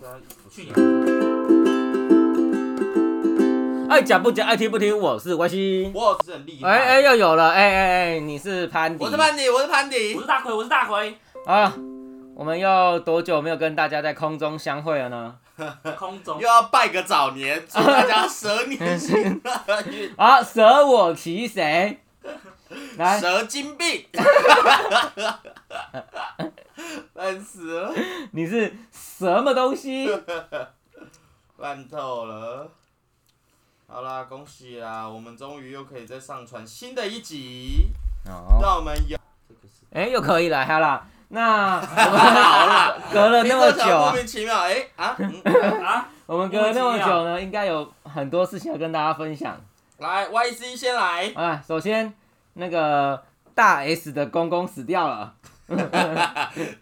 呃，去年爱讲不讲，爱听不听，我是关西。我是很厉害。哎哎，又有了，哎哎哎，你是潘迪。我是潘迪，我是潘迪我。是大奎，我是大奎，啊！我们又多久没有跟大家在空中相会了呢？空中又要拜个早年，祝大家蛇 年行大运，啊，舍我其 谁？来，蛇精 病，烂死了，你是什么东 西？烂透了。好啦，恭喜啦！我们终于又可以再上传新的一集，哦，让我们有这个是哎，又可以了，哈啦。那我好们啦， 隔了那么久莫啊，名其妙，哎、啊，嗯啊，我们隔了那么久呢，应该有很多事情要跟大家分享来 YC 先来，啊。首先，那个大 S 的公公死掉了，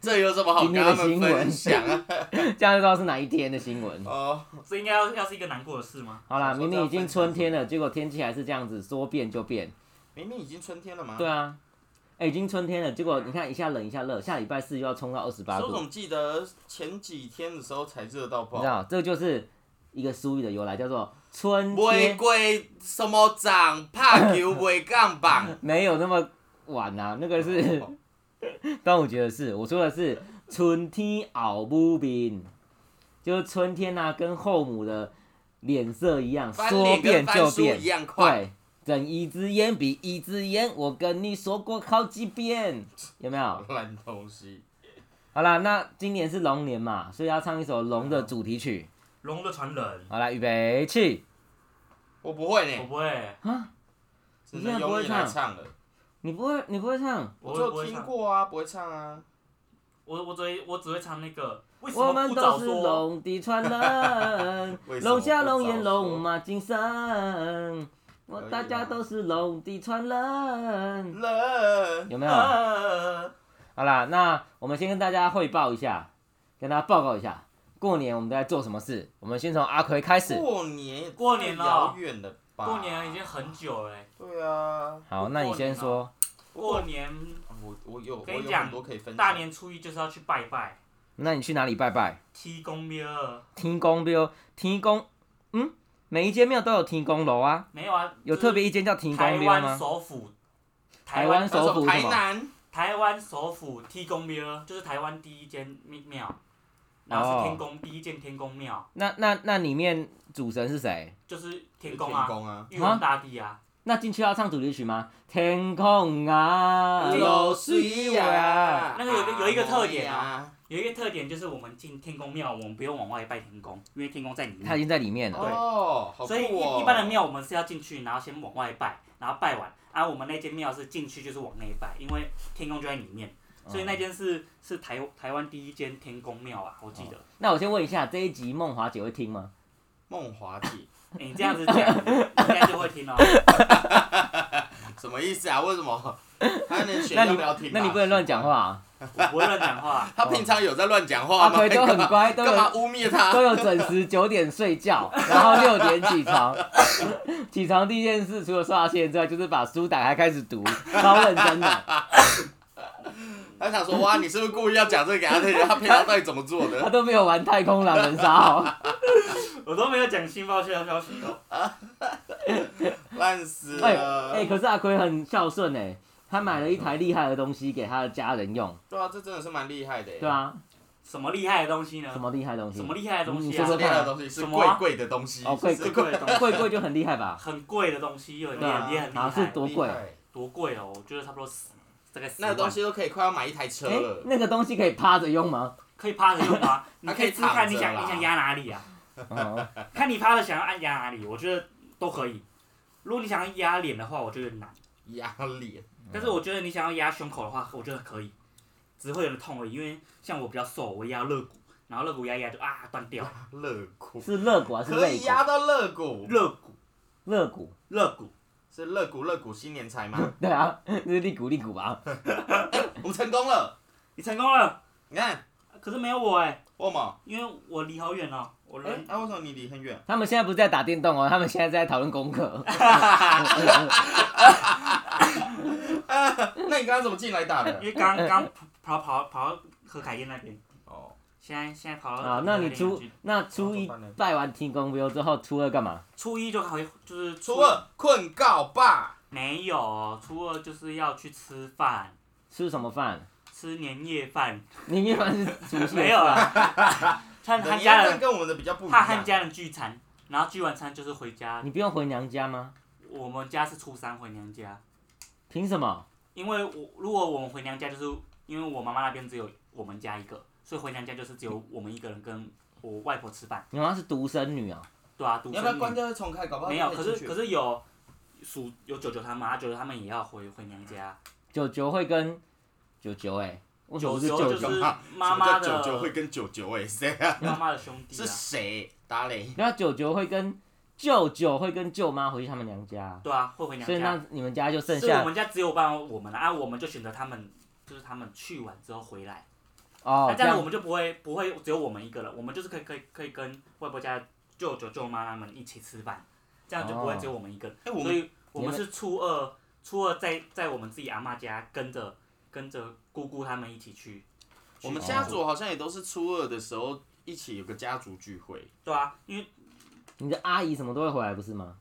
这有什么好跟他们分享啊？这样就知道是哪一天的新闻。哦，这应该要要是一个难过的事吗？好啦，明明已经春天了，了，结果天气还是这样子，说变就变。明明已经春天了嘛。对啊，哎、已经春天了，结果你看一下冷一下热，下礼拜四又要冲到二十八所以我度，总记得前几天的时候才热到你爆知。道，这就是一个俗语的由来，叫做春玫天瑰什么长，拍球袂杠 棒。没有那么晚啊，那个哦是 端午节的事，我说的是春天熬不冰，就是春天啊，跟后母的脸色一样，翻说脸跟变翻就书变一，样快。对。睁一只眼闭一只眼，我跟你说过好几遍，有没有？烂东西，好啦，那今年是龙年嘛，所以要唱一首龙的主题曲。龙的传人，好来，预备起！我不会我呢，不会，只能由你来唱了。你不会，你不会唱？我我会不就会听唱？过啊，不会唱啊。我我只会我只会唱那个，为什我么们不早都是说？龙的传人 为，什么龙虾、不早龙眼、说龙马精神。我可以大家啦都是龙的传人，人有 没有？呃，好啦，那我们先跟大家汇报一下，跟大家报告一下，过年我们都在做什么事。我们先从阿奎开始。过年也过年太了遥远了吧？过年已经很久了欸，对啊，好，那你过年先啊说。过年我我有我跟你有讲很多可以分享。大年初一就是要去拜拜，那你去哪里拜拜？踢公庙二，天宫庙，天宫，嗯，每一间庙都有天宫楼啊。没有啊，有就是特别一间叫提嗯台供庙湾吗？首府，呃台湾他说首府是台什么南，台湾首府提公庙就是台湾第一间庙，然后是天哦宫、第一间天宫庙，那那那里面主神是谁？就是天天宫啊，宫啊，玉皇大帝啊，那进去要唱主题曲吗？天空啊，有水啊，那个有个有一个特点啊，有一个特点就是我们进天宫庙，我们不用往外拜天宫，因为天宫在里他面，已经在里面了。哦，好酷所以哦一一般的庙我们是要进去，然后先往外拜，然后拜完，啊，我们那间庙是进去就是往内拜，因为天宫就在里面，哦嗯所以那间是是台台湾第一间天宫庙啊，我记得。那我先问一下，这一集梦华姐会听吗？梦华姐欸你这样子讲，人家就会听 哦。什么意思啊？为什 么？他能选那要你不要听？那你不能乱讲。话啊！我不会乱讲话。他平常有在乱讲话阿吗？奎都很乖，都干嘛有污蔑他都？有准时九点睡 觉，然后六点起床。 起床第一件事，除了刷牙洗脸之外，就是把书打开开始读，超认真的。他想说哇，你是不是故意要讲这个给他听？他平常到底怎么做他 的？都没有玩太空狼人杀哦。 我都没有讲新爆笑消息哦。烂死哎了！哎、可是阿奎很孝顺哎、他买了一台厉害的东西给他的家人用，对啊，这真的是蛮厉害的耶。对啊，什么厉害的东西呢？什么厉害的东西？什么厉害的东你西说啊这说？厉害的东西是什么贵啊贵的东西，哦贵是最贵的东西，贵贵就很厉害 吧？很贵的东西，有对点啊也很厉啊是害。多贵厉害多贵哦？我觉得差不多十，大概十那万个东西都可以快要买一台车哎、了。那个东西可以趴着用吗？可以趴着用 吗？你它可可以以试试看，你躺着想啦你想压哪里啊？哦，看你趴着想要按压哪里，我觉得都可以。如果你想要压脸的话，我觉得难；压脸，但是我觉得你想要压胸口的话，我觉得可以，只会有点痛而已。因为像我比较瘦，我压肋骨，然后肋骨压一压就啊断 掉了，肋骨是肋骨还是可肋以骨？啊压到肋骨，肋骨肋骨，肋骨。是肋骨肋骨新年财吗？ 对啊，那是肋骨肋骨吧？我们成功了，你成功了，你看，可是没有我哎、我们。因为我离好远哦，我哎人，那为什么你离很远？他们现在不是在打电动哦，他们现在在讨论功课。啊，那你刚刚怎么进来打 的哎因？为刚刚跑跑跑到何凯燕那边，哦，现在现在跑到啊，那你出初那初一拜完天公庙之后，初二干嘛？初一就回就是初二困告爸，没有，初二就是要去吃饭，吃什么饭？吃年夜饭，年夜饭是除夕的没有啦， 他你的他年家份人跟我们的比较不一他和样。家人聚餐，然后聚完餐就是回家。你不用回娘家吗？我们家是初三回娘家，凭什么？因为我如果我们回娘家，就是因为我妈妈那边只有我们家一个，所以回娘家就是只有我们一个人跟我外婆吃饭，你妈是独生女啊、对啊，独你要不要生关女掉再重开？搞不好没有，可以是进去可是有叔有九九他们，啊九九他们也要回回娘家，九九会跟九九哎，为什么九是九九就九？是妈什妈么的叫九九会跟九九哎，谁啊？妈妈的兄弟是啊，谁？打雷。那九九会跟舅舅会跟舅妈回去他们娘家啊，对啊，会回娘所以家。那你们家就剩所以我下们家只有办我们了啊，我们就选择他们，就是他们去完之后回来，哦那这这样我样们就不会不会只有我们一个了，我们就是可以可以可以跟外婆家舅舅舅妈他们一起吃饭，这样就不会哦只有我们一个人。哎，我所们以我们是初二，初二在在我们自己阿妈家跟着跟着姑姑他们一起去。去我们庆家祝族好像也都是初二的时候一起有个家族聚会。对啊，因为你的阿姨什么都会回来不是吗？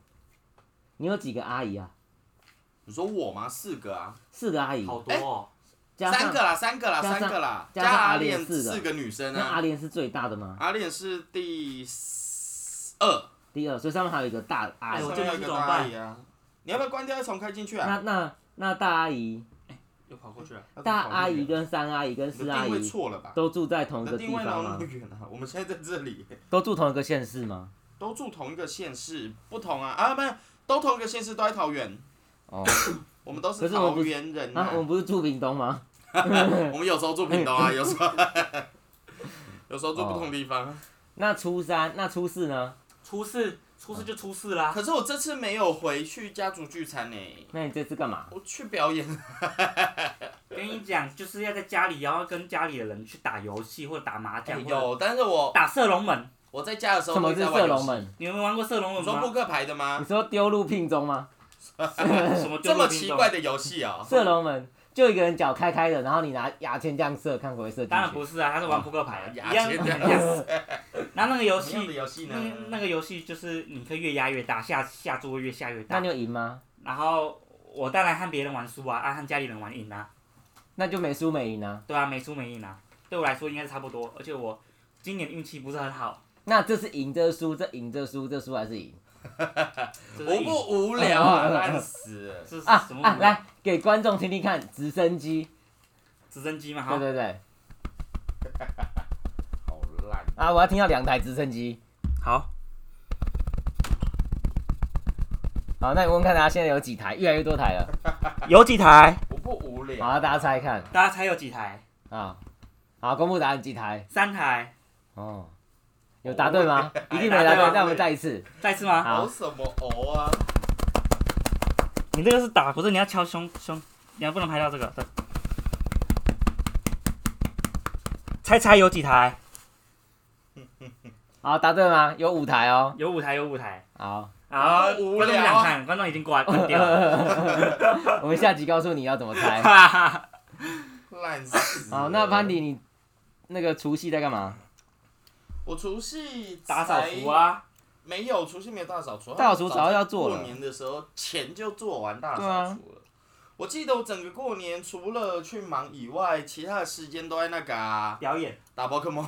你有几个阿姨啊？你说我吗？四个啊，四个阿姨，好多哦，加三上个啦，三个加啦，上三个啦，加上阿阿莲莲四个四个女生那阿啊，莲是最大的吗？阿莲是第四二，第二，所以上面还有一个大阿哎姨。我上这面边是有一个怎么大办阿姨啊。你要不要关掉再重开进去啊？那那那大阿姨、又跑过去了。那大跑那么阿姨远跟三阿姨跟你四的阿定位姨错了吧？都住在同你一的个定地位方哪有那吗么？远 啊？我们现在在这里，都住同一个县市吗？都住同一个县市，不同啊啊，不是，都同一个县市，都在桃园，哦， 我们都可是是我桃不是园人啊，我们不哎是住屏东吗？我们有时候住屏东啊，有时候 有时候住不同地方。啊那初三、那初四呢？初四，初四就初四哦啦。可是我这次没有回去家族聚餐呢、那你这次干嘛？我去表演。跟你讲，就是要在家里，然后跟家里的人去打游戏或者打麻将，或者哎有，但是我打射龙门。我在家的时候什么会是在玩射游龙戏。啊门？你们玩过射龙你门说吗啊扑？克牌的你吗？说丢入聘中吗？什么这么奇怪？的游戏哦。射龙门就一个人脚开开的，然后你拿牙签这样射，看会不会射 进当然去。不是啊，他是玩扑克牌的，哦牙一样。签这样 Yes 然后那个游什么样的 戏，游戏那个那呢？个游戏就是你可以越压越大，下下注会越下越那大你。有赢吗？然后我当然和别人玩输啊，啊和家里人玩赢啊，那就没输没赢啊。对啊，没输没赢啊，对我来说应该是差不多。而且我今年运气不是很好，那这是赢这输，这赢这输，这输还是赢就是无赢不无聊啊，烂死了！是啊什么、啊！来给观众听听看，直升机，直升机嘛，对好，对对，好烂。啊，我要听到两台直升机。好，好，那你问问看大家现在有几台？越来越多台了。有几台？我不无聊。好，大家猜看大家猜有几台？啊。好，公布答案几台？三台，哦，有答对吗？一定没答答对对啊，那我们再一次。再次吗？好哦什么哦啊？你这个是打，不是你要敲胸胸，你还不能拍到这个。对猜猜有几台？好，答对吗？有五台哦。有五台，有五台。好，好，好无观众不聊想啊看，观众已经 关关掉了。 我们下集告诉你要怎么猜。哈哈哈烂死了！好，那潘迪，你那个除夕在干嘛？我除夕打扫除，啊，没有除夕没有大扫除，大扫除早就要做了过年的时候前就做完大扫除了。我记得我整个过年除了去忙以外，其他的时间都在那个、啊、表演，打宝可梦。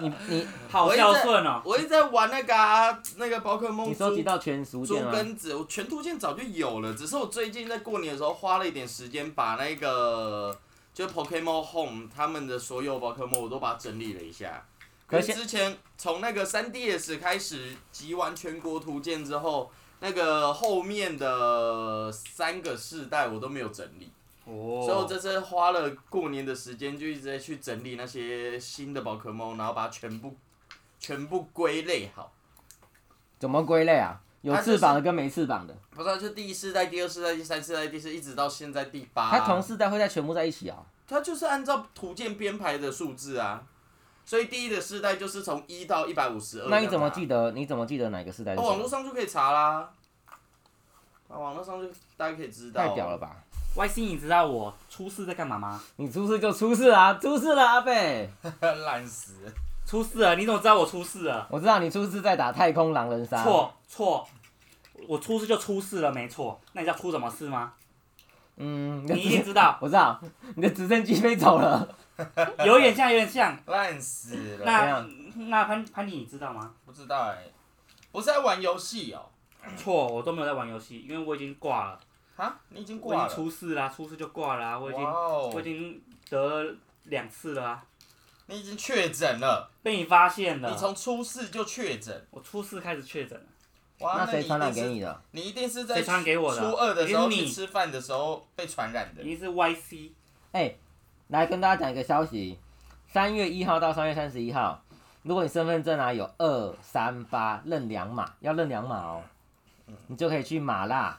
你你好孝顺哦。我一直在玩那个、啊、那个宝可梦你收集猪到全熟猪件吗？根子，我全图鉴早就有了，只是我最近在过年的时候花了一点时间把那个就是 Pokemon Home 他们的所有宝可梦我都把它整理了一下。可可是是之前从那个 3DS 开始集完全国图鉴之后，那个后面的三个世代我都没有整理，所以我哦，这次花了过年的时间就一直在去整理那些新的宝可梦，然后把它全部全部归类好。怎么归类啊？有它就是翅膀的跟没翅膀的，不是、啊，就第一世代、第二世代、第三世代、第四，一直到现在第八、它同世代会在全部在一起啊。它就是按照图鉴编排的数字啊，所以第一的世代就是从一到一百五十二。那你怎么记得？你怎么记得哪个世代是哦，什网络么？上就可以查啦。啊，网络上就大家可以知道。太屌了吧！ Y C，你知道我初四在干嘛吗？你出事就出事啊，出事了阿贝， 烂死了。初四啊，你怎么知道我初四了？我知道你出事在打太空狼人啊杀，，错错，我初四就出事了，没错。那你知道出什么事 吗？嗯，你一你定知道， 我知道你的直升机飞走了，有点像，有点像。烂死了。怎那样那潘潘迪，你知道吗？不知道哎、我是在玩游戏哦。错，我都没有在玩游戏，因为我已经挂了，啊，你已经我已经挂了。出事啦，出事就挂啦，我已经、哇哦我已经得了两次了啊，你已经确诊了，被你发现你了。从初四就确诊。我初四开始确诊了，哇，那谁你传染一给定你是的？你一定是在谁传给我的初二的时一候定是去你吃饭的时候被传染的一。定是 Y C 来跟大家讲一个消息，三月一号到三月三十一号，如果你身份证啊有二三八认两码，要认两码哦，你就可以去麻辣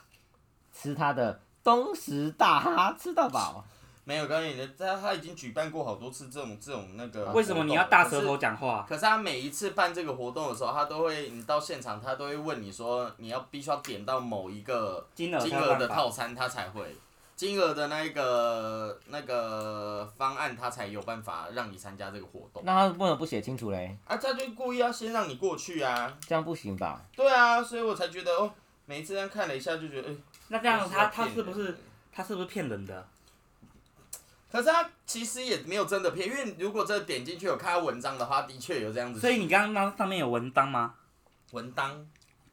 吃它的东石大哈，吃到饱。没有，刚才你的他他已经举办过好多次这种这种那个活动了。啊为什么你要大舌可是头讲话？可是他每一次办这个活动的时候，他都会，你到现场，他都会问你说，你要必须要点到某一个金额才有金额办的法套餐，他才会，金额的那个那个方案，他才有办法让你参加这个活动。那他为什么不写清楚嘞？啊，他就故意要先让你过去啊，这样不行吧？对啊，所以我才觉得哦，每一次这样看了一下就觉得，哎、那这样就是要他他骗是不人是的他是不是骗人的？可是他其实也没有真的骗，因为如果真的点进去有看他文章的话，的确有这样子写。所以你刚刚那上面有文章吗？文当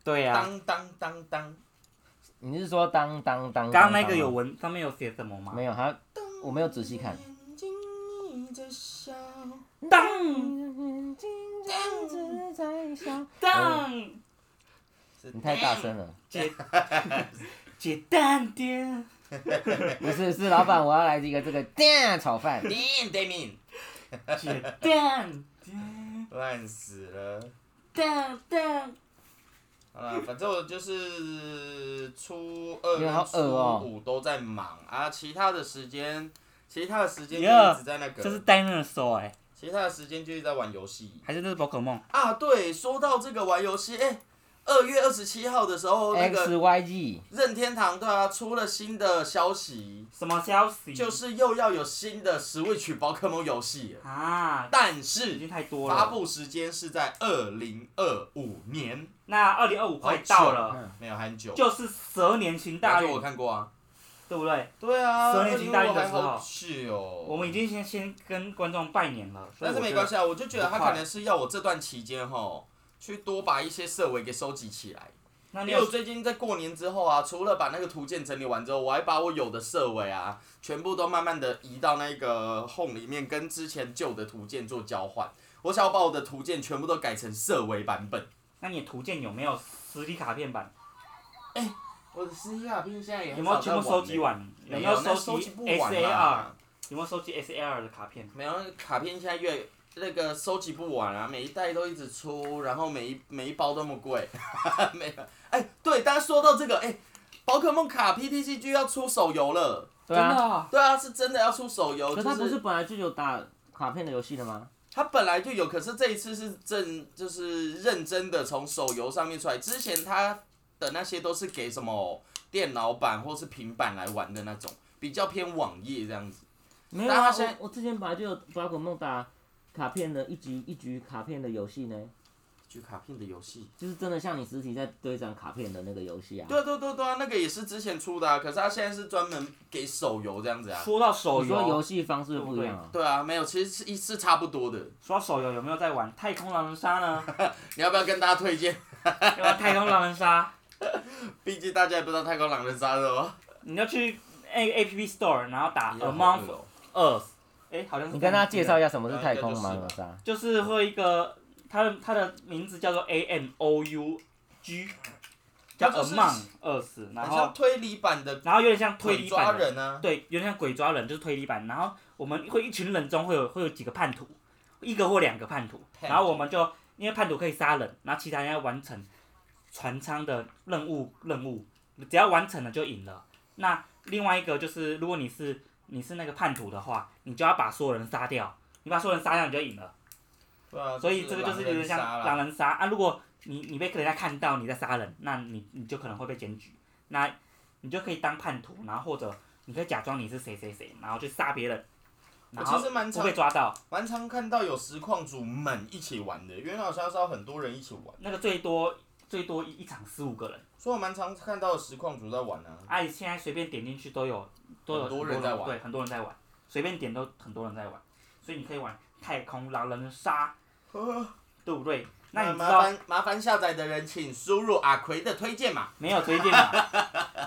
对啊啊呀、当当当当，你是说当当当？刚刚那个当有文，上面有写什么吗？没有？他我没有仔细看。眼睛眯着笑。当当，你太大声了，简简单点。不是是老板，我要来一个这个蛋炒饭。 Damn, Damn，简单点，烂死了。当当。好啦，反正我就是初二你好跟恶哦初五都在忙啊，其他的时间，其他的时间就呀一直在那这是个， dinosaur 哎、其他的时间就一直在玩游戏还是这是宝可梦？啊。对，说到这个玩游戏，哎、二月二十七号的时候，那 X 个 Y G，任天堂对啊出了新的消息，什么消息？就是又要有新的 Switch 宝可梦游戏了，啊，但已是经太多发了。布时间是在二零二五年，那二零二五快到嗯了，没有很久。就是蛇年行大大运约，我看过啊。对不对？对啊，蛇年行大运的还时候好去哦。我们已经先先跟观众拜年了，所以但是我没觉关得系啊，我就觉得不他快可能是要我这段期间吼，去多把一些设为给收集起来。那因你为我有最近在过年之后啊，除了把那个图鉴整理完之后，我还把我有的设为啊，全部都慢慢的移到那个 home 里面，跟之前旧的图鉴做交换。我想要把我的图鉴全部都改成设为版本。那你的图鉴有没有实体卡片版？我的私下冰现在也有没有全部收集？完？有没没有，那收收集集不 S 完 A 啊 R？。有没有收集 S A R 的卡片？没有，那个卡片现在越那个收集不完啊，每一袋都一直出，然后每一每一包都那么贵， 没有。哎、对，大家说到这个，哎、宝可梦卡 PTCG 要出手游了，对啊真的，哦对啊，是真的要出手可游，哦就是他不是本来就有打卡片的游戏的吗？它本来就有，可是这一次是正就是认真的从手游上面出来，之前它的那些都是给什么电脑版或是平板来玩的那种，比较偏网页这样子。没有但啊，他现在我我之前本来就有宝可梦打卡片的一局一局卡片的游戏呢，就卡片的游戏，就是真的像你实体在堆张卡片的那个游戏啊。对啊对啊对啊对啊，那个也是之前出的啊，可是他现在是专门给手游这样子啊。说到手你说游游，戏方式不一样啊。对啊，没有，其实是一是差不多的。说到手游有没有在玩太空狼人杀 呢？你要不要跟大家推荐？要玩太空狼人杀，毕竟大家也不知道《太空狼人杀》的哦。你就去 A A P P Store，然后打一样好 Among 恶哦 Us，哎，好像啊是你跟大家介绍一下，下什么是太空盲人啊杀？就是会一个，它的它的名字叫做 A M O U G，叫它就是 Among Us，然很像后推理版的然后有点像推鬼理抓版的，人啊。对，有点像鬼抓人，就是推理版。然后我们会一群人中会有会有几个叛徒，一个或两个叛徒，叛徒然后我们就因为叛徒可以杀人，然后其他人要完成船舱的任务任务，只要完成了就赢了。那另外一个就是，如果你是你是那个叛徒的话，你就要把所有人杀掉，你把所有人杀掉你就赢了。对啊，所以这个就是有点像狼狼人杀啦。人杀啊。如果你你被人家看到你在杀人，那你你就可能会被检举，那你就可以当叛徒，然后或者你可以假装你是谁谁谁，然后去杀别人，我然其后实蛮不常被抓到。蛮常看到有实况组们一起玩的，因为好像是要很多人一起玩，那个最多最多一一场十五个人，所以我蛮常看到实况组在玩啊。哎、现在随便点进去都有都有很多人在玩对，很多人在玩，随便点都很多人在玩，所以你可以玩太空狼人杀，对不对？那你知啊麻道烦麻烦下载的人请输入阿奎的推荐码没有推荐码，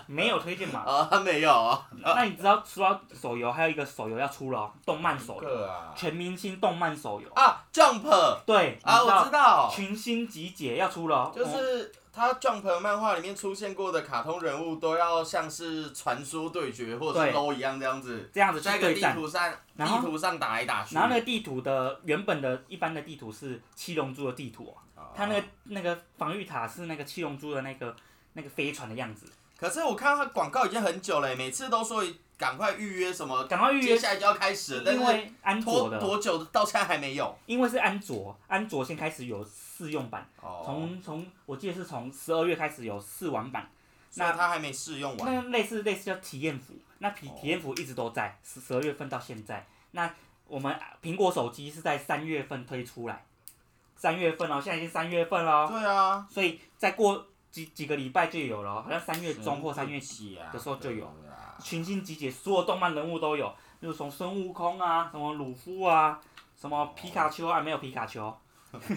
没有推荐码。啊、没有哦，那你知道除了手游，还有一个手游要出了哦，动漫手游，个啊全明星动漫手游。啊 Jump 啊，对，你我知道，群星集结要出了哦，就是他 Jump 漫画里面出现过的卡通人物都要像是传说对决或者对是 LO 一样这样子，这样子去在一个对地战。图上然后地图上打来打去。然后那个地图的原本的一般的地图是七龙珠的地图、哦，它那个个那个防御塔是那个七龙珠的那个那个飞船的样子。可是我看他广告已经很久了，每次都说赶快预约什么，赶快预接约，下来就要开始了，但因是为安卓拖的，哦多久到现在还没有。因为是安卓，安卓先开始有试用版，哦，从从我记得是从十二月开始有试玩版，那他还没试用完。那类似类似叫体验服，那体哦体验服一直都在，十十二月份到现在。那我们苹果手机是在三月份推出来，三月份哦，现在已经三月份了，对啊，所以再过几几个礼拜就有了哦，好像三月中或三月啊底的时候就有了。群星集结，所有动漫人物都有，就是从孙悟空啊，什么鲁夫啊，什么皮卡丘啊，没有皮卡丘，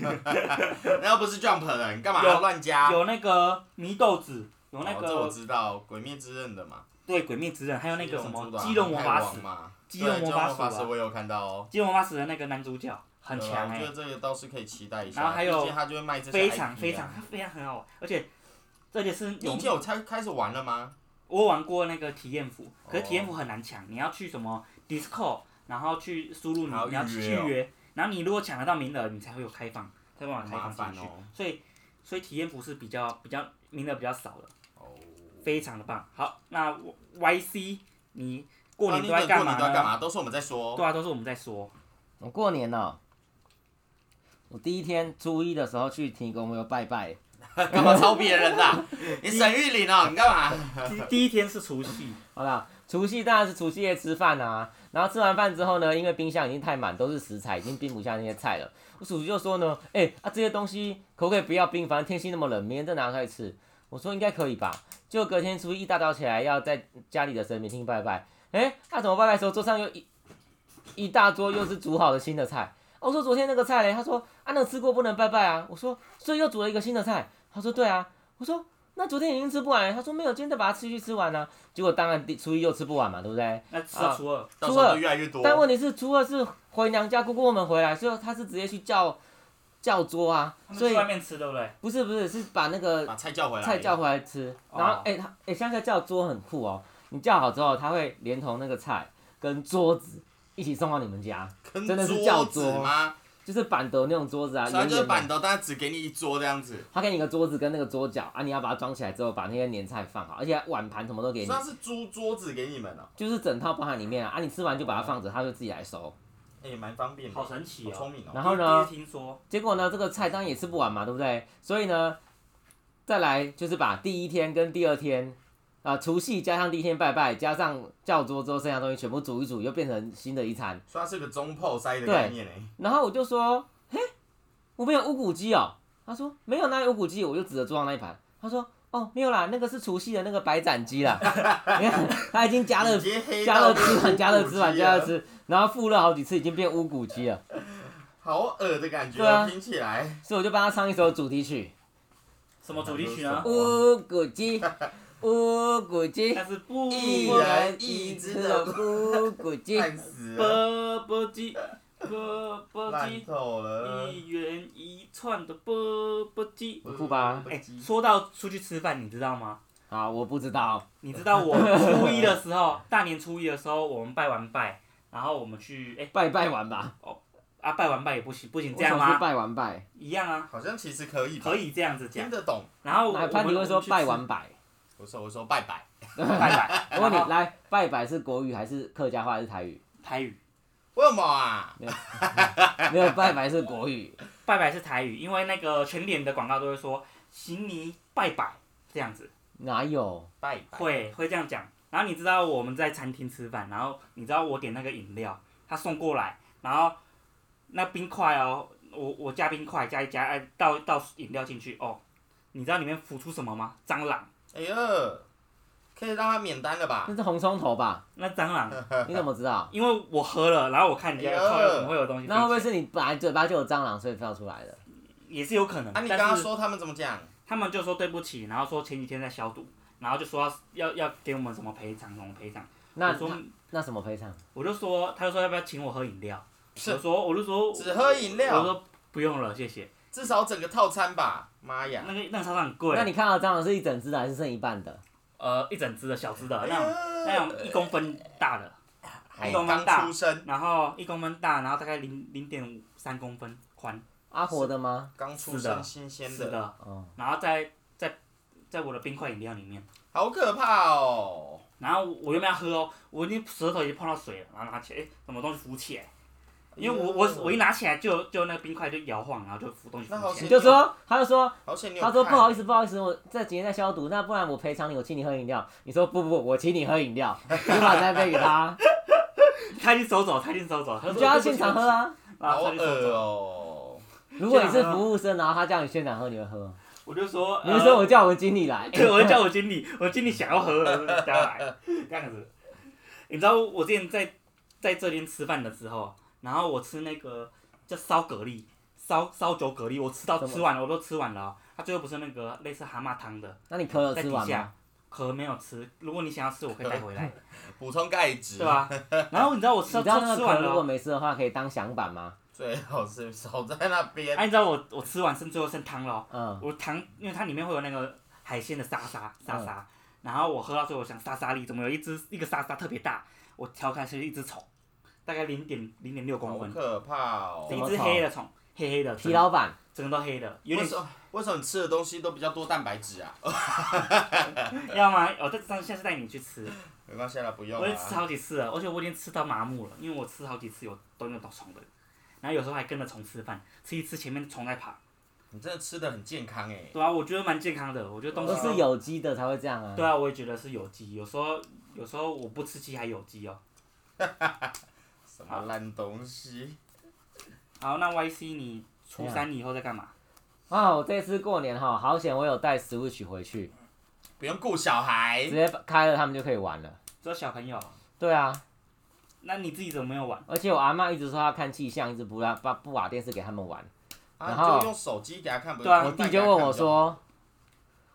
那又不是 Jump 的，你干嘛有要乱加？有那个祢豆子，有那啊哦这我个、知道，《鬼灭之刃》的嘛，对鬼灭之刃，还有那个什么肌肌肉魔法使，嘛，肌肉对魔魔法使法使啊，我有看到哦，肌肉魔法使的那个男主角很对啊强我哎、觉得这个倒是可以期待一下。然后还有毕竟他就会卖这些非常 IP 啊非常，非常很好玩，而且这且是你已有经有开开始玩了吗？我玩过那个体验服，可是哦体验服很难抢，你要去什么 Discord，然后去输入你还要你要预去约哦约，然后你如果抢得到名额，你才会有开放，才有办法开麻放烦进去。哦。所以所以体验服是比较比较名额比较少的，哦非常的棒。好，那 YC 你过年都那啊你们在干过嘛年都在呢？干嘛？都是我们在说。对啊，都是我们在 说。我过年哦、我第一天初一的时候去提公庙拜拜，干嘛抄别人的啊？你沈玉琳哦，你干嘛？第第一天是除夕，好啦，除夕当然是除夕夜吃饭啊。然后吃完饭之后呢，因为冰箱已经太满，都是食材，已经冰不下那些菜了。我叔叔就说呢，哎、啊这些东西可不可以不要冰？反正天气那么冷，明天再拿出来吃。我说应该可以吧。就隔天初一一大早起来，要在家里的神明厅拜拜。哎、他、怎么拜拜的时候，桌上又一一大桌又是煮好的新的菜。啊我说昨天那个菜嘞，他说啊那个吃过不能拜拜啊。我说所以又煮了一个新的菜。他说对啊。我说那昨天已经吃不完了。他说没有，今天再把它吃去吃完啊呢、结果当然第初一又吃不完嘛，对不对？啊那吃到初二，到时候就越来越多。但问题是初二是回娘家，姑姑我们回来，所以他是直接去叫叫桌啊，他们所去以外面吃，对不对？不是不是是把那个把菜叫回来。菜叫回来吃，哦然后哎他哎香菜叫桌很酷哦，你叫好之后他会连同那个菜跟桌子一起送到你们家，跟真的是桌叫子桌吗？就是板凳那种桌子啊，所以圆就是圆板的，凳，但只给你一桌这样子。他给你个桌子跟那个桌角啊，你要把它装起来之后把那些年菜放好，而且碗盘什么都给所以你，他是租桌子给你们哦，就是整套包含里面啊，啊你吃完就把它放着，他就自己来收。哎，蛮方便的，好神奇好哦聪明哦。然后呢第一次听说结果呢，这个菜当然也吃不完嘛，对不对？所以呢，再来就是把第一天跟第二天，啊、除夕加上第一天拜拜，加上叫桌之后剩下的东西全部煮一煮，又变成新的一餐。所以它是个中破塞的对概念呢。然后我就说，嘿，我们有乌骨鸡哦。他说没有，那有乌骨鸡，我就指着桌上那一盘。他说哦，没有啦，那个是除夕的那个白斩鸡啦。 你看，他已经加了已经黑加到了吃完，加了吃完，骨鸡加了，吃，然后复热好几次，已经变乌骨鸡了。好恶的感觉对哦，啊听起来。所以我就帮他唱一首主题曲。什么主题曲呢？乌骨 鸡，乌骨鸡，但是不一人一只的乌骨鸡。哎烂死钵了，钵鸡，钵钵烂鸡，透了。一元一串的钵钵鸡。很酷吧哎、说到出去吃饭，你知道吗？啊，我不知道，你知道我初一的时候，大年初一的时候，我们拜完拜，然后我们去哎、拜拜完吧。啊拜完拜也不行，不行我这样总是吗？拜完拜，一样啊，好像其实可以吧，可以这样子听讲。得懂。然后我来们潘迪会说拜完完拜。我说我说拜拜，拜拜， 我问你然，后来拜拜是国语还是客家话还是台 语？台语为什么啊？没有，拜拜是国语。拜拜是台语，因为那个全脸的广告都会说行你拜拜这样子，哪有？拜拜。会会这样讲。然后然后你知道我们在餐厅吃饭，然后你知道我点那个饮料，他送过来，然后那冰块哦，我我加冰块加一加，哎，倒倒饮料进去哦，你知道里面浮出什么吗？蟑螂，哎呀，可以让他免单了嗯吧？那是红葱 头吧？那蟑螂，嗯你怎么知道？因为我喝了，然后我看人家哎有呦靠有怎么会有 东西飞起来，那会不会是你本来嘴巴就有蟑螂，所以跳出来的？也是有可能？啊，你但跟他是说他们怎么讲？他们就说对不起，然后说前几天在消毒，然后就说要要要给我们什么赔偿什么赔偿。那我说那什么赔偿？我就说，他就说要不要请我喝饮料？是我说我就说只喝饮我料，说不用了，谢谢。至少整个套餐吧。妈呀！那个那个超商很贵，那你看到蟑螂是一整只的还是剩一半的？呃一整只的小只的哎那种呀那种一公分大的，还一公分大刚出生，然后一公分大，然后大概零零点五三公分宽，啊，活的吗？刚出是的生新鲜是的，的，哦，然后在在在我的冰块饮料里面，好可怕哦！然后我原本要喝哦，我已经舌头已经碰到水了，然后拿起来，哎，什么东西浮起来？因为我哎我我一拿起来就就那个冰块就摇晃，然后就浮东西那好浮起你来。就说，他就说，好险你有他说看不好意思，不好意思，我这几天在消毒，那不然我赔偿你，我请你喝饮料。你说不不，不，我请你喝饮料，你把单杯给他， 他已经收走，他已经收走，他你说就要现场喝啊。然呃好后他就收恶走。哦！如果你是服务生，然后他叫你现场喝，你会喝吗？我就说，你就说呃我叫我们经理来， 对，我就叫我经理，我经理想要喝 了，大家来这样子。你知道我之前在在这边吃饭的时候，然后我吃那个叫烧蛤蜊，烧烧酒蛤蜊，我吃到什么吃完了，我都吃完了哦、它最后不是那个类似蛤蟆汤的，那你可有在吃底完吗下？壳没有吃，如果你想要吃，我可以带回 来，补充钙质，对？吧？然后你知道我吃你到知道那吃个吃壳完如了果哦，没吃的话，可以当响板吗？最好是少在那边。哎、你知道我我吃完剩最后剩汤了哦，嗯，我糖，因为它里面会有那个海鲜的沙沙沙沙，然后我喝到最后，我想沙沙粒怎么有一只一个沙沙特别大，我挑开是一只虫，大概零点零点六好公分，可怕哦！怎一么只虫黑的虫，黑黑的，皮整老板，整个都黑的，有为点什么为什么你吃的东西都比较多蛋白质啊？ 要吗？哦我再上下次带你去吃，没关系啦，不用我已经吃啦。好几次了，而且我已经吃到麻木了，因为我吃好几次有都用到虫的，然后有时候还跟着虫吃饭，吃一吃前面虫在爬，你真的吃的很健康哎，对啊，我觉得蛮健康的，我觉得东都西是有机的才会这样啊。对啊，我也觉得是有机，有时候有时候我不吃鸡还有机哦。什么烂东西？好，那 YC 你初三以后在干嘛？啊，我这次过年哈，好险我有带 Switch 回去，不用顾小直孩，接开了他们就可以玩了。只有小朋友，对啊，那你自己怎么没有玩？而且我阿妈一直说她看气象，一直不让不不把电视给他们玩。啊，然后你就用手机给他看，不是对啊我用弟麦就给他看问我，说，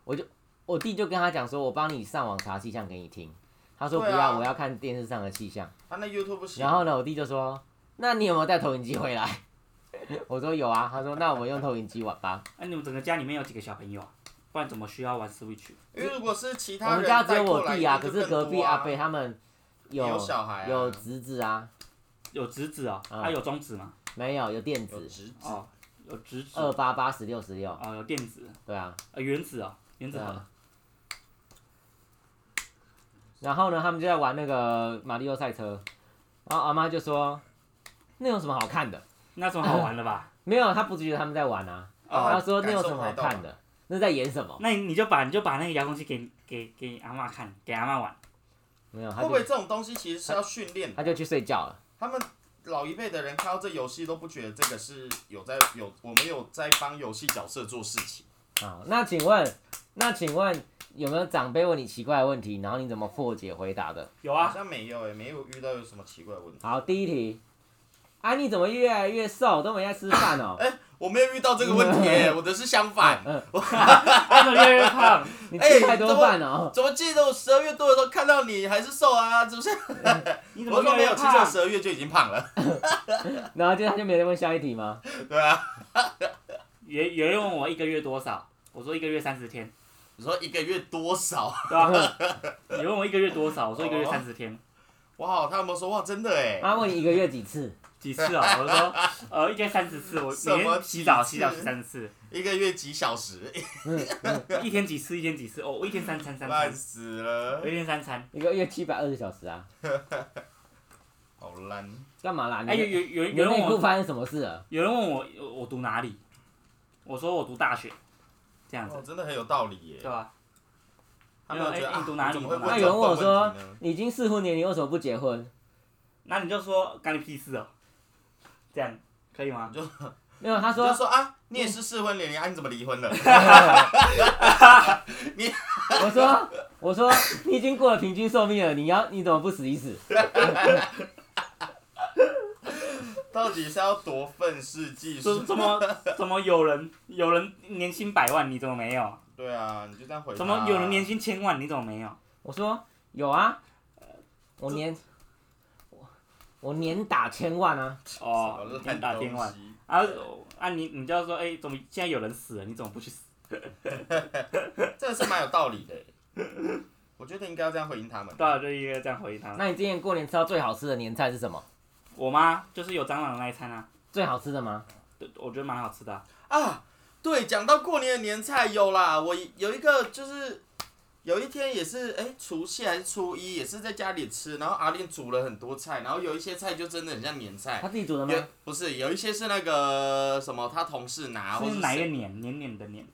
我就我弟就跟他讲说，我帮你上网查气象给你听。他说不对啊要，我要看电视上的气象。啊，那 YouTube 不行。然后呢，我弟就说，那你有没有带投影机回来？ 我说有啊。他说那我们用投影机玩吧。那、你们整个家里面有几个小朋友啊？不然怎么需要玩 Switch？因为如果是其我他们人家只带有过我来，弟啊，一定可就是隔更壁多阿啊贝他们有也有小孩啊有侄子啊，有侄子哦，嗯啊有中指吗？没有有电有子侄子，哦，有侄子，二八八十六十六，哦有电子，对啊，呃原子哦，原对子核。啊。然后呢，他们就在玩那个马里奥赛车，然后阿妈就说：“那有什么好看的？”那种好玩了吧？没有，啊他不觉得他们在玩啊，哦他说那感有受什么好不太到看的？那在演什么？那你你就把你就把那个遥控器给给给阿嬷看，给阿嬷玩。没有，他会不会就这种东西其实是要训练的？他就去睡觉了。他们老一辈的人看到这游戏都不觉得这个是有在有我们有在帮游戏角色做事情。好，啊那请问，那请问有没有长辈问你奇怪的问题，然后你怎么破解回答的？有好啊，像没有诶、没有遇到有什么奇怪的问题。好，第一题，啊，你怎么越来越瘦，都没在吃饭哦？哎、我没有遇到这个问 题、欸，我的是相反。他们越来越胖，你哎吃太多饭哦？怎么记得我十二月多的时候看到你还是瘦啊？是不是？你怎么我越说来没越有，其实我胖？十二月就已经胖了。 哎然后就他就没再问下一题吗？对啊，有有人问我一个月多少，我说一个月三十天，你说一个月多少？ 对吧、有人问我一个月多少，我说一个月三十天。哇，他们说哇，真的哎、 啊，问你一个月几次？几次啊？我说，呃，应该三十次，我 什每么天洗澡几次洗澡洗三十次，一个月几小时， 一天几次，一天几次，哦，我一天三餐三 烂餐，死了我一，天三餐。一个月七百二十小时啊？好烂。干嘛啦？哎，有你有有你有的人问内裤我，发生什么事了？有人问我我我读哪里，我说我读大学，这样子，哦哦，真的很有道理耶、对吧？他们没觉有得哎啊印度哪里啊我怎么会嘛问那这有人种问我哎笨问说题呢，你已经适婚年龄为什么不结婚？那你就说干你屁事哦，这样可以吗？没有，他你就说说嗯啊，你也是适婚年龄啊，你怎么离婚 了？我说我说你已经过了平均寿命了，你要你怎么不死一死？到底是要多愤世嫉怎俗？怎么怎么有人有人年薪百万，你怎么没有？对啊，你就这样回答啊。怎么有人年薪千万，你怎么没有？我说有啊，我年我我年打千万啊，少哦了，天烂打天东万西啊啊！你你就要说，哎、怎么现在有人死了，你怎么不去死？这个是蛮有道理的欸。我觉得应该要这样回应他们。对啊，就应该这样回答。那你今年过年吃到最好吃的年菜是什么？我妈就是有蟑螂的那一餐啊，最好吃的吗？对我觉得蛮好吃的啊、啊，对，讲到过年的年菜有啦，我有一个就是有一天也是哎、除夕还是初一，也是在家里吃，然后阿令煮了很多菜，然后有一些菜就真的很像年菜，他自己煮的吗？哎有不是有一些是那个什么他同事拿，或是哪一个是年？年年的年，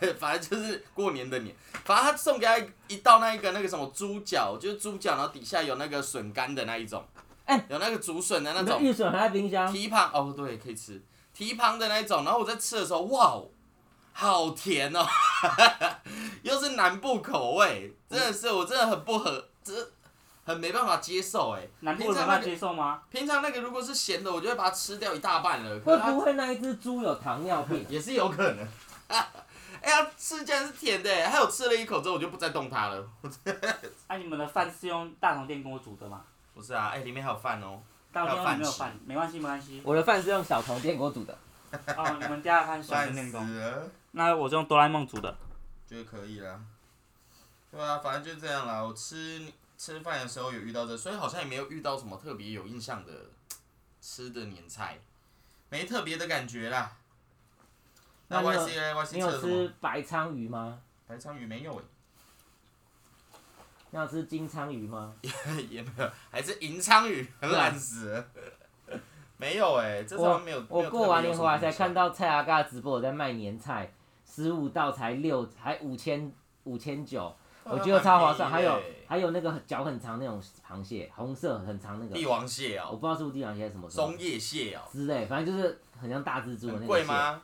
谁 反正就是过年的年，反正他送给他一道那一个那个什么猪脚，就是猪脚，然后底下有那个笋干的那一种，哎有那个竹笋的那你的种，玉笋还在冰箱，蹄膀哦，对，可以吃蹄膀的那一种。然后我在吃的时候，哇哦，好甜哦， 又是南部口味，真的是我真的很不合，这很没办法接受哎。南部平人没常办那法个接受吗？平常那个如果是咸的，我就会把它吃掉一大半了。可会是它不会那一只猪有糖尿 病？也是有可能。哎呀，它吃竟然是甜的哎，还有吃了一口之后我就不再动它了。哎、你们的饭是用大同电锅煮的吗？不是啊，哎，里面还有饭哦。大同电锅还里没有饭有吃饭，没关系，没关 系。我的饭是用小铜电锅煮的，哦，你们家的饭是用电锅，了，那我是用哆啦 A 梦煮的。觉得可以啦。对啊，反正就这样啦。我吃吃饭的时候有遇到这，所以好像也没有遇到什么特别有印象的吃的年菜，没特别的感觉啦。那那你有 Y C 呢？Y C 你吃了有什么？吃白鲳鱼吗？白鲳鱼没有欸诶、你有吃金鲳鱼吗？ 也没有，还是银鲳 鱼，很烂死了。没有诶、这上面没有。没我有特别过完年回来有什么才印象看到蔡阿嘎直播有在卖年菜，十五道才六，还五千五千九，啊我觉得超划算。还有还有那个脚很长那种螃蟹，红色很长那帝个，王蟹我哦、不知道是不是帝王蟹还是什么什么松叶蟹哦、之类，反正就是很像大蜘蛛的那很个。贵？吗？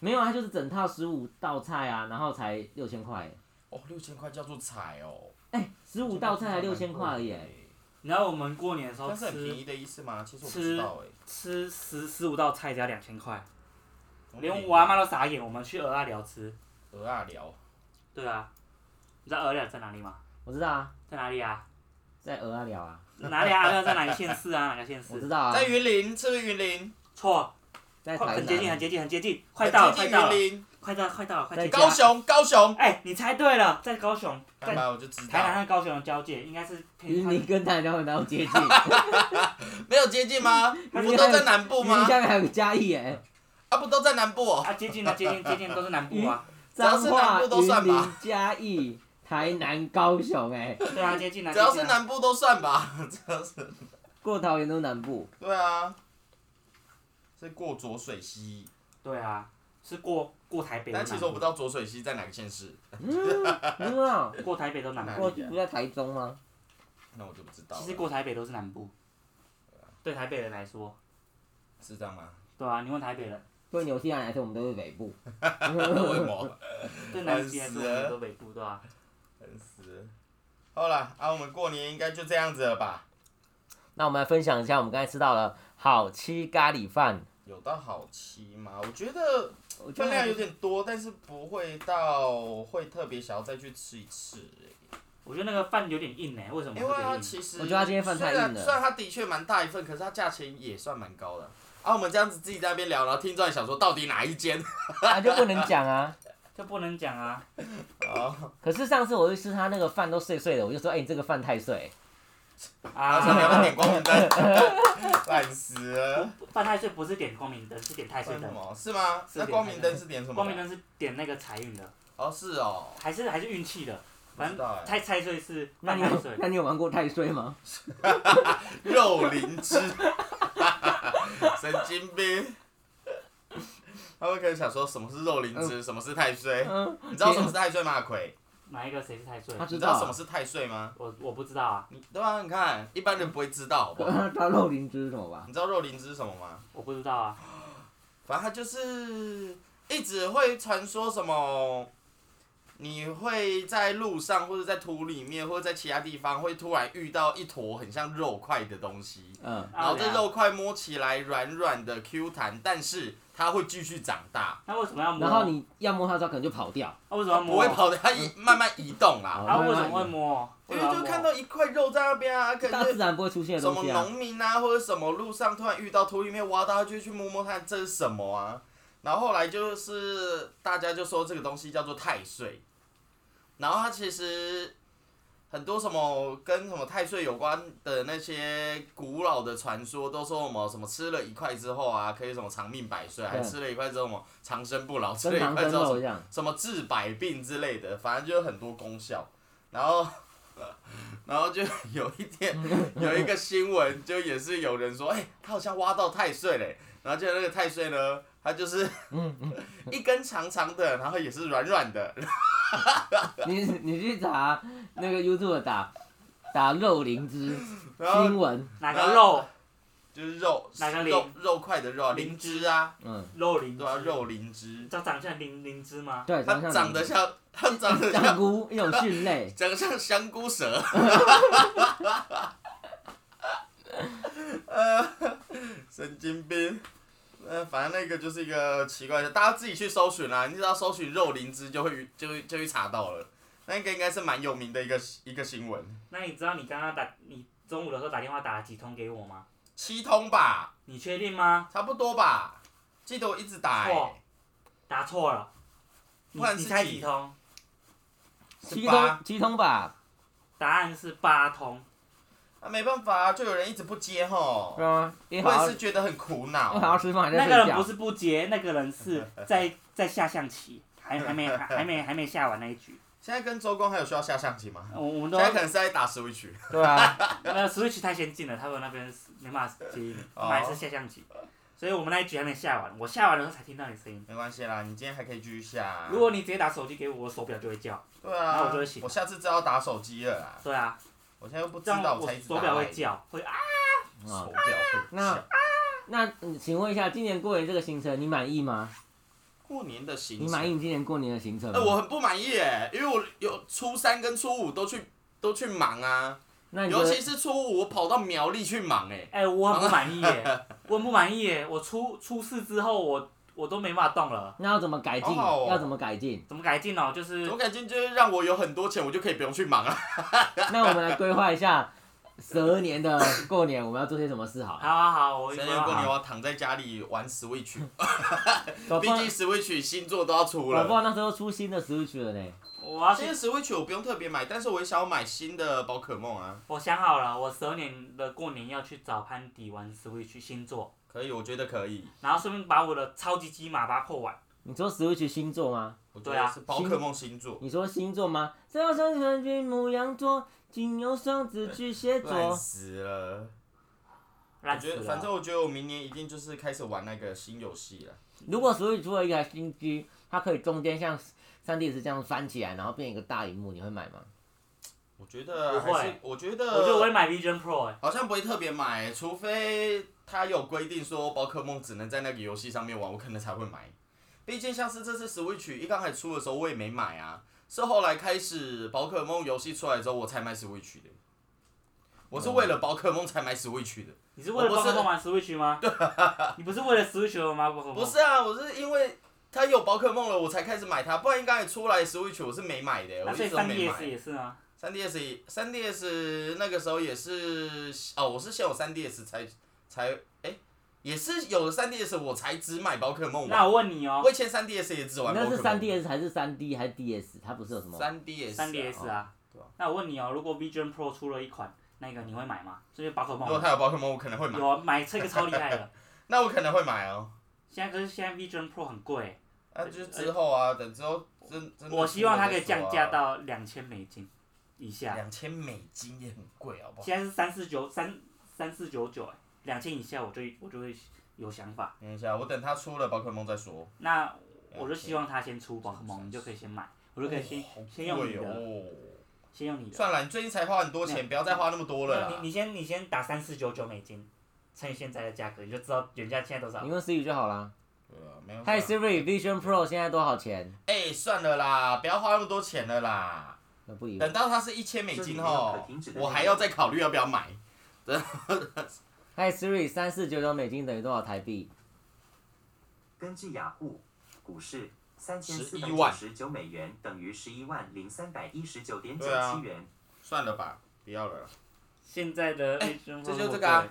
没有啊，它就是整套十五道菜啊，然后才六千块。哦，六千块叫做彩哦、哎，十五道菜才六千块而已欸耶。你知道我们过年的时候但是很便吃宜的意思吗？其实我不知道哎、吃十十五道菜只要两千块，我们连我阿妈都傻眼。我们去鹅阿寮吃，鹅啊聊，对啊，你知道鹅阿寮在哪里吗？我知道啊，在哪里啊？在鹅阿寮啊，哪里啊？鹅阿寮在哪个县市啊？哪个县我知市？道啊，在云林，是不是云林？错，在快台很接近，南啊很接近，很接近，快到了，很接快近到了，云林，快到了，快到了，快在接近高了。雄，高雄，哎，你猜对了，在高雄，在干嘛我就知台南道，和高雄的交界，应该是云偏林跟台南哪有接 近？没有接 近吗？他不都在南部云林吗？下面还有嘉义欸耶。啊，不都在南部哦。啊，接近的，接近，接近都是南部啊，只要彰是化、南部都算云吧林、嘉义、台南、高雄、哎，对啊，接近啊，只要接近是啊南部都算吧， 只要是过桃园都南部。对啊，是过浊水溪，对啊，是过过台北的但南部，其实我不知道浊水溪在哪个县市，你知道过台北都南哪部 过里，不在台中吗？那我就不知道了。其实过台北都是南部，对台北人来说，是这样吗？ 对啊，你问台北人，对纽西兰来说，我们都是北部。为什么？对南极来说，烦死我了们都北部，对吧？很死。好啦，啊，我们过年应该就这样子了吧？那我们来分享一下，我们刚才吃到了好七咖喱饭，有到好期吗？我觉得我觉分量有得点多，但是不会到会特别想要再去吃一次、欸。我觉得那个饭有点硬呢，为什么因为它会硬？其实我觉得它今天饭嗯太硬了虽然虽然它的确蛮大一份，可是它价钱也算蛮高的。啊，我们这样子自己在那边聊，然后听众也想说到底哪一间？啊就不能讲啊。这不能讲啊， 哦，可是上次我去吃他那个饭都碎碎的，我就说，哎、你这个饭太碎。然后说你要不啊，要点光明灯， 烂死了。饭太岁不是点光明灯，是点太岁算什灯，么？是吗？是那点光明灯是点什么？光明灯是点那个财运的，哦，是哦，还是还是运气的，不知反正道哎。太太岁是那饭你太有岁， 那你有玩过太岁吗？肉灵芝，神经病。他们可能想说什么是肉灵芝，什么是太岁？嗯，你知道什么是太岁吗？阿奎？哪一个谁是太岁？他你知知道道什么是太岁吗？我我不知道啊，你对啊，你看一般人不会知道，好 不好？他他肉灵芝是什么吧？嗯你知道肉灵芝是什么吗？我不知道啊。反正他就是一直会传说什么，你会在路上或者在土里面或者在其他地方会突然遇到一坨很像肉块的东西，嗯，啊然后对这啊肉块摸起来软软的 Q 弹，但是它会继续长大，那为什么要摸？然后你要摸它的时候可能就跑掉，那为什么它要不啊摸会？跑的，它移慢慢移动啦。啊，为什么会摸？因为为什么就要看摸到一块肉在那边啊，可大能自是然不会出现的什东么西啊。农民啊，或者什么路上突然遇到土里面挖到，他就去摸摸看这是什么啊。然后后来就是大家就说这个东西叫做太岁，然后它其实很多什么跟什么太岁有关的那些古老的传说，都说什么什么吃了一块之后啊，可以什么长命百岁，还对吃了一块之后什么长生不老，吃了跟一唐块僧之后什么肉一样，什么治百病之类的，反正就有很多功效。然后， 然后就有一 天有一个新闻，就也是有人说，哎、他好像挖到太岁嘞。然后就那个太岁呢，他就是嗯 一根长长的，然后也是软软的，你 你去查那个 YouTube 打打肉灵芝然后新闻，哪个肉就是肉哪个灵肉肉块的肉啊，灵芝啊，嗯，肉灵对啊，芝？肉灵芝，长长像灵灵芝吗？对，它像长得像它长得香 像菇一种菌类，长得像香菇蛇。 呃，神经病。呃，反正那个就是一个奇怪的，大家自己去搜寻啦、你只要搜寻肉灵芝就会就会就会查到了。那个应该是蛮有名的一个一个新闻，那你知道你刚刚打你中午的时候打电话打了几通给我吗？七通吧，你确定吗？差不多吧。记得我一直打、欸错，打错了。你不然你是猜几几通？七是吧？通七通吧，答案是八通。啊，没办法、啊，就有人一直不接吼，嗯，一好我也好是觉得很苦一好好恼。吃饭还那在个睡人不觉，是不接，那个人是 在在下象棋，还还没还还没还没下完那一局。现在跟周公还有需要下象棋吗？哦我我们现都在可能是在打 Switch。对啊，那 Switch 太先进了，他们那边是没办法接应，我哦们还是下象棋。所以我们那一局还没下完，我下完了才听到你声音。没关系啦，你今天还可以继续下、啊。如果你直接打手机给我，我手表就会叫。对啊，那我就会醒下次知道打手机了啦，对啊，我现在又不知这样道，我我才一直打手表来会叫，会啊。手哦表会那叫。 那嗯请问一下，今年过年这个行程你满意吗？过年的行程，你满意你今年过年的行程哎、吗？我很不满意哎，因为我有初三跟初五都去都去忙啊，那你觉尤其得是初五我跑到苗栗去忙哎，哎、我很不满意 耶，我很不满意耶。我出出事之后我，我都没办法动了。那要怎么改进？好好哦要怎么改 进？怎么改进哦？就是我感觉就是让我有很多钱，我就可以不用去忙啊。那我们来规划一下蛇年的过年我们要做些什么事好了？好好好，我所以没过啊办年法。我要躺在家里玩 Switch，搞毕不好竟 Switch 新作都要出搞不了。好那时候出新的 Switch 了呢。我要现去，在 Switch 我不用特别买，但是我也想要买新的宝可梦啊。我想好了，我十二年的过年要去找潘迪玩 Switch 星座，可以，我觉得可以。然后顺便把我的超级机马把它破完。你说 Switch 星座吗？我觉对得啊是宝可梦星座。你说星座吗？只要生辰君母羊座，金牛双子巨蟹烂座。死了！啊我烂死觉得，了反正我觉得我明年一定就是开始玩那个新游戏了。如果 Switch 出了一台新机，它可以中间像三 D 是这样翻起来，然后变一个大荧幕，你会买吗？我觉得不会还是，我觉得，我觉得我会买 Vision Pro 哎、好像不会特别买，除非他有规定说宝可梦只能在那个游戏上面玩，我可能才会买。毕竟像是这次 Switch 一刚开始出的时候，我也没买啊，是后来开始宝可梦游戏出来之后，我才买 Switch 的。我是为了宝可梦才买 Switch 的，你是为了我宝不是可梦玩 Switch 吗？你不是为了 Switch 而玩宝可梦？不是啊，我是因为它有宝可梦了，我才开始买它，不然一刚才出来 Switch 我是没买的，那我啊所一以直都 3DS 没买。也是啊吗？三 DS 三 DS 那个时候也是哦，我是先有三 DS 才才哎、也是有了三 DS 我才只买宝可梦那吧。我问你哦我以前三 DS 也只玩你宝啊可那梦。是三 DS 还是三 D 还是 DS？它不是有什么？三 DS 三 DS 啊。啊对啊，那我问你哦，如果 Vision Pro 出了一款那个，你会买吗？这些宝可哦如果梦它有宝可梦，我可能会买。有啊买这个超厉害 的。那我可能会买哦。现在可是现在 Vision Pro 很贵，欸那、就是之后啊，等之后真真的出了再说啊。哎我希望它可以降价到两千美金以下。啊两千美金也很贵，好不好？现在是三四九三三四九九，两千以下我就我就会有想法。等一下，我等它出了宝可梦再说。那我就希望它先出宝可梦，你就可以先买。我就可以先、哦好先用你贵的，哦。先用你的。算了，你最近才花很多钱，不要再花那么多了啦你。你先你先打三四九九美金，乘以现在的价格，你就知道原价现在多少你。用 Siri 就好啦。呃没有。 Hi Siri Vision Pro 现在多少钱？哎、算了啦，不要花那么多钱了啦。那不理我。等到它是一千美金这里没有后可停止，的内容我还要再考虑要不要买。 Hi Siri 三四九九美金等于多少台币？根据雅虎股市三千四11百九万十九美元等于十一万零三百一十九点九对啊七元，算了吧，不要了啦。现在的哎 Vision 这 Pro 就这个啊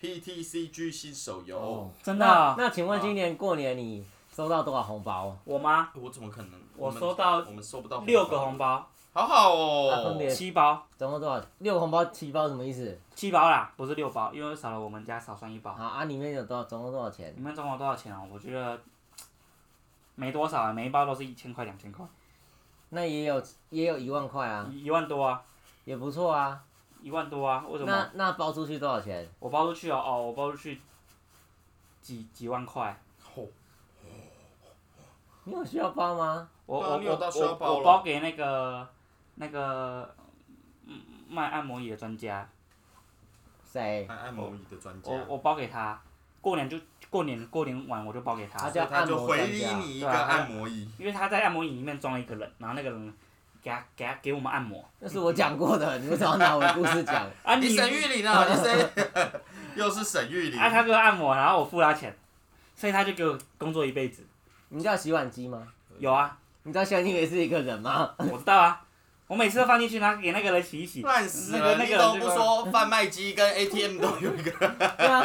PTCG 新手游，哦真的那啊、那请问今年过年你收到多少红包？我妈哎我怎么可能？我们收到我们收不到六个红，包，啊好好它分哦。别七包，总共多少？六个红包七包什么意思？七包啦，不是六包，因为少了我们家少算一包。好啊，里面有多少？总共多少钱？你们总共多少钱啊？我觉得没多少啊，每一包都是一千块、两千块，那也有也有一万块啊，一一万多啊，也不错啊。一万多啊，为什么？那那包出去多少钱？我包出去哦，哦，我包出去几几万块，哦你有需要包吗？我、对啊我你有我到时候包我了我包给那个那个嗯卖按摩椅的专家，谁？按按摩椅的专家哦我，我包给他，过年就过年过年完我就包给他他，所叫以他按就摩回专礼家。你一个对啊按摩椅。因为他在按摩椅里面装了一个人，然后那个人给他给他给我们按摩那是我讲过的， 你为什么要拿我的故事讲？啊你你沈玉 林啊，你沈， 又是沈玉林。啊他给我按摩，然后我付他钱，所以他就给我工作一辈子，你知道洗碗机吗？有啊。你知道洗碗机也是一个人吗？我知道啊，我每次都放进去，然后给那个人洗一洗。烂死那了！个那你个怎么人不就说贩卖机 跟 ATM 都有一个人？对 啊，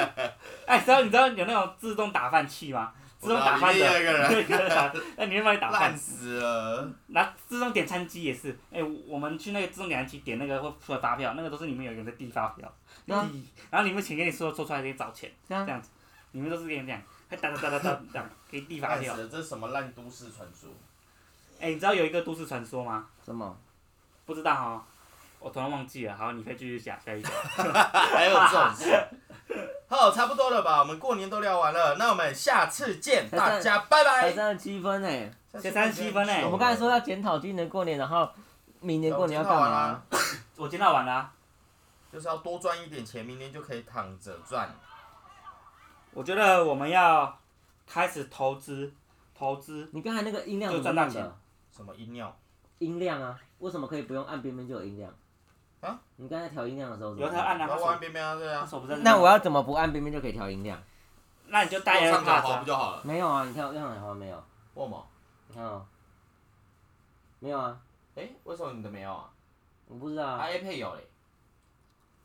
哎，知道你知道有那种自动打饭器吗？自动打饭我知道里的，面有一个人，对，有一个人打那你会 帮你打烂饭。死了！然后自动点餐机也是，哎，我们去那个自动点餐机点那个会出来发票，那个都是里面有一个人在递发票，对啊递，然后里面请给你说说出来给你找钱，对啊这样子，里面都是给你这样，还哒哒哒哒哒这样给你递发烂死票。了！这是什么烂都市传说？哎，你知道有一个都市传说吗？什么？不知道哦，我突然忘记了。好，你可以继续讲下一个。 还有这种事？好，差不多了吧？我们过年都聊完了，那我们下次见，才大三家拜才拜。三十七分哎，才37分欸我们刚才说要检讨今年过年，然后明啊年过年要干完嘛啦？，我今天完了啊、就是要多赚一点钱，明年就可以躺着赚。我觉得我们要开始投资，投资你刚才那个音量就怎赚么大弄钱的？什么音量？音量啊，为什么可以不用按边边就有音量？啊？你刚才调音量的时候怎么由弄？他按然后啊玩，边边啊，对他啊，手不在边那我要怎么不按边边就可以调音量？那你就戴右上角 AirPods，滑不啊就好了？没有啊，你看我右上角好像没有，为什么？你看哦，没有啊，哎，为什么你的没有啊？我不知道啊啊。 ，iPad 有嘞。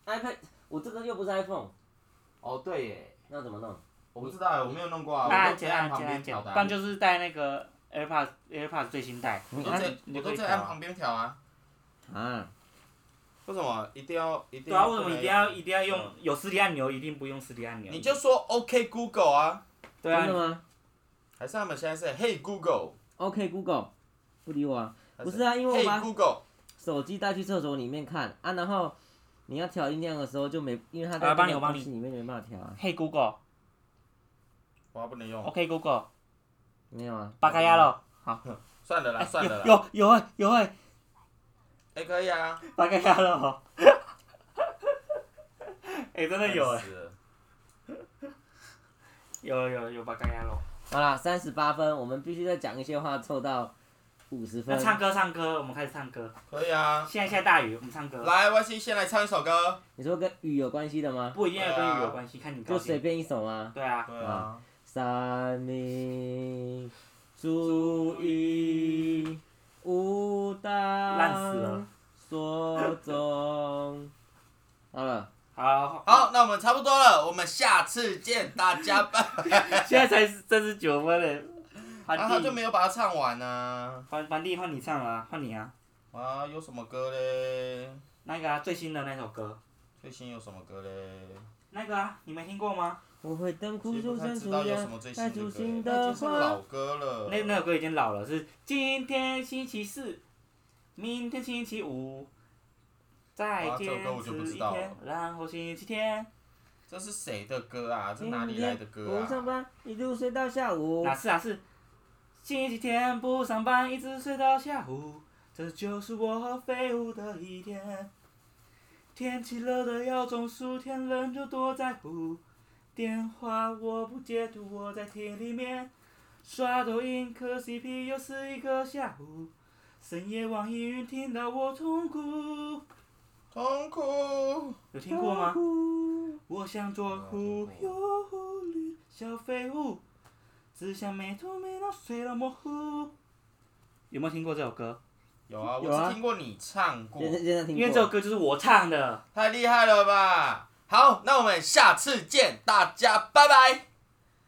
iPad，我这个又不是 iPhone，哦，对耶，那怎么弄？我不知道耶，我没有弄过啊，那我按都直接键按按旁键边按键，调不的啊。然就是戴那个 AirPods AirPods 最新代，你我都按在我都在按旁边调啊。啊，为什么一定要一定对要？啊，为什么一定要？一定要用有实体按钮，一定不用实体按钮？你就说 OK Google 啊，对真的啊，吗还是他们现在是 Hey Google？ ？OK Google，不理我啊。还不是啊因为我把 Hey Google，手机带去厕所里面看啊，然后你要调音量的时候就没，因为它在啊帮你那个我帮东你西里面没办法调啊，嘿 Google，OK 我还不能哦用， Google，没有啊。巴嘎呀喽，好，算了啦，算了啦，哎有有有哎有哎，哎，可以啊，巴嘎呀喽，哎真的有哎，烦死了有有有巴嘎呀喽。好啦，三十八分，我们必须再讲一些话凑到五十那分。唱歌唱歌，我们开始唱歌。可以啊。现在下大雨，我们唱歌。来，YC 先来唱一首歌。你说跟雨有关系的吗？不一定要跟雨有关系，看你就高随兴。便一首吗？对啊，对啊，三民主义无党，烂死了，所宗。好了，好，好，那我们差不多了，我们下次见，大家拜。现在才三十九分嘞，啊，他环就帝，没有把它唱完呢。环环帝换你唱了、啊，换你啊，啊，有什么歌嘞？那个、啊、最新的那首歌，最新有什么歌嘞？那个啊，你没听过吗？我会等枯其实树不太生知出道有芽什么最，带新出新的歌嘞，那的已经是花老。歌了。那那首歌已经老了，是今天星期四，明天星期五，再啊这首坚歌我就不持知一道天了，然后星期天，这是谁的歌啊？这今哪里来的天歌我上啊？班一路睡到下午哪。是啊是，星期天不上班，一直睡到下午，这就是我废物的一天。天气热的要中暑，天冷就多在乎。电话我不接，读我在听里面。刷抖音磕 CP 又是一个下午，深夜网易云听到我痛哭，痛苦。有听过吗？吗？我想做忽悠忽略小废物，只想美图美到睡到模糊。有没有听过这首歌？有啊，有啊我只听过你唱过，认真认真听因过。为这首歌就是我唱的，太厉害了吧！好，那我们下次见，大家拜拜。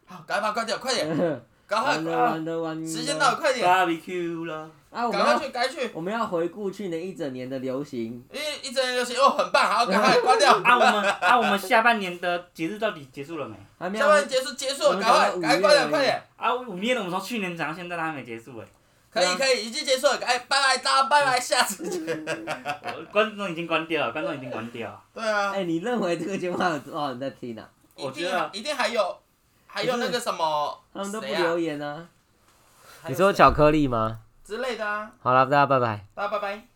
好，赶快吧，快点，快点， 赶快，完了快完了完了，时间到了，快点， barbecue 了。啊！我们赶快要去，赶快去。我们要回顾去年一整年的流行，一一整年流行哦，很棒，好，赶 快关掉。啊，我们啊，我们下半年的节日到底结束了没？还没有下半结束，结束我了，们赶快，赶快五赶快月而关掉，已快点。啊，五年了，我们从去年讲到现在，大家还没结束哎、可对啊以，可以，已经结束了，哎，拜拜，大家拜拜，下 次见。我观众已经关掉了，观众已经关掉了。对啊哎、，你认为这个节目还有多少人在听啊？一我定觉得一定还有，还有那个什么，他们都不谁啊留言啊。还有谁克力吗？之类的啊，好了，大家拜拜。大家拜拜。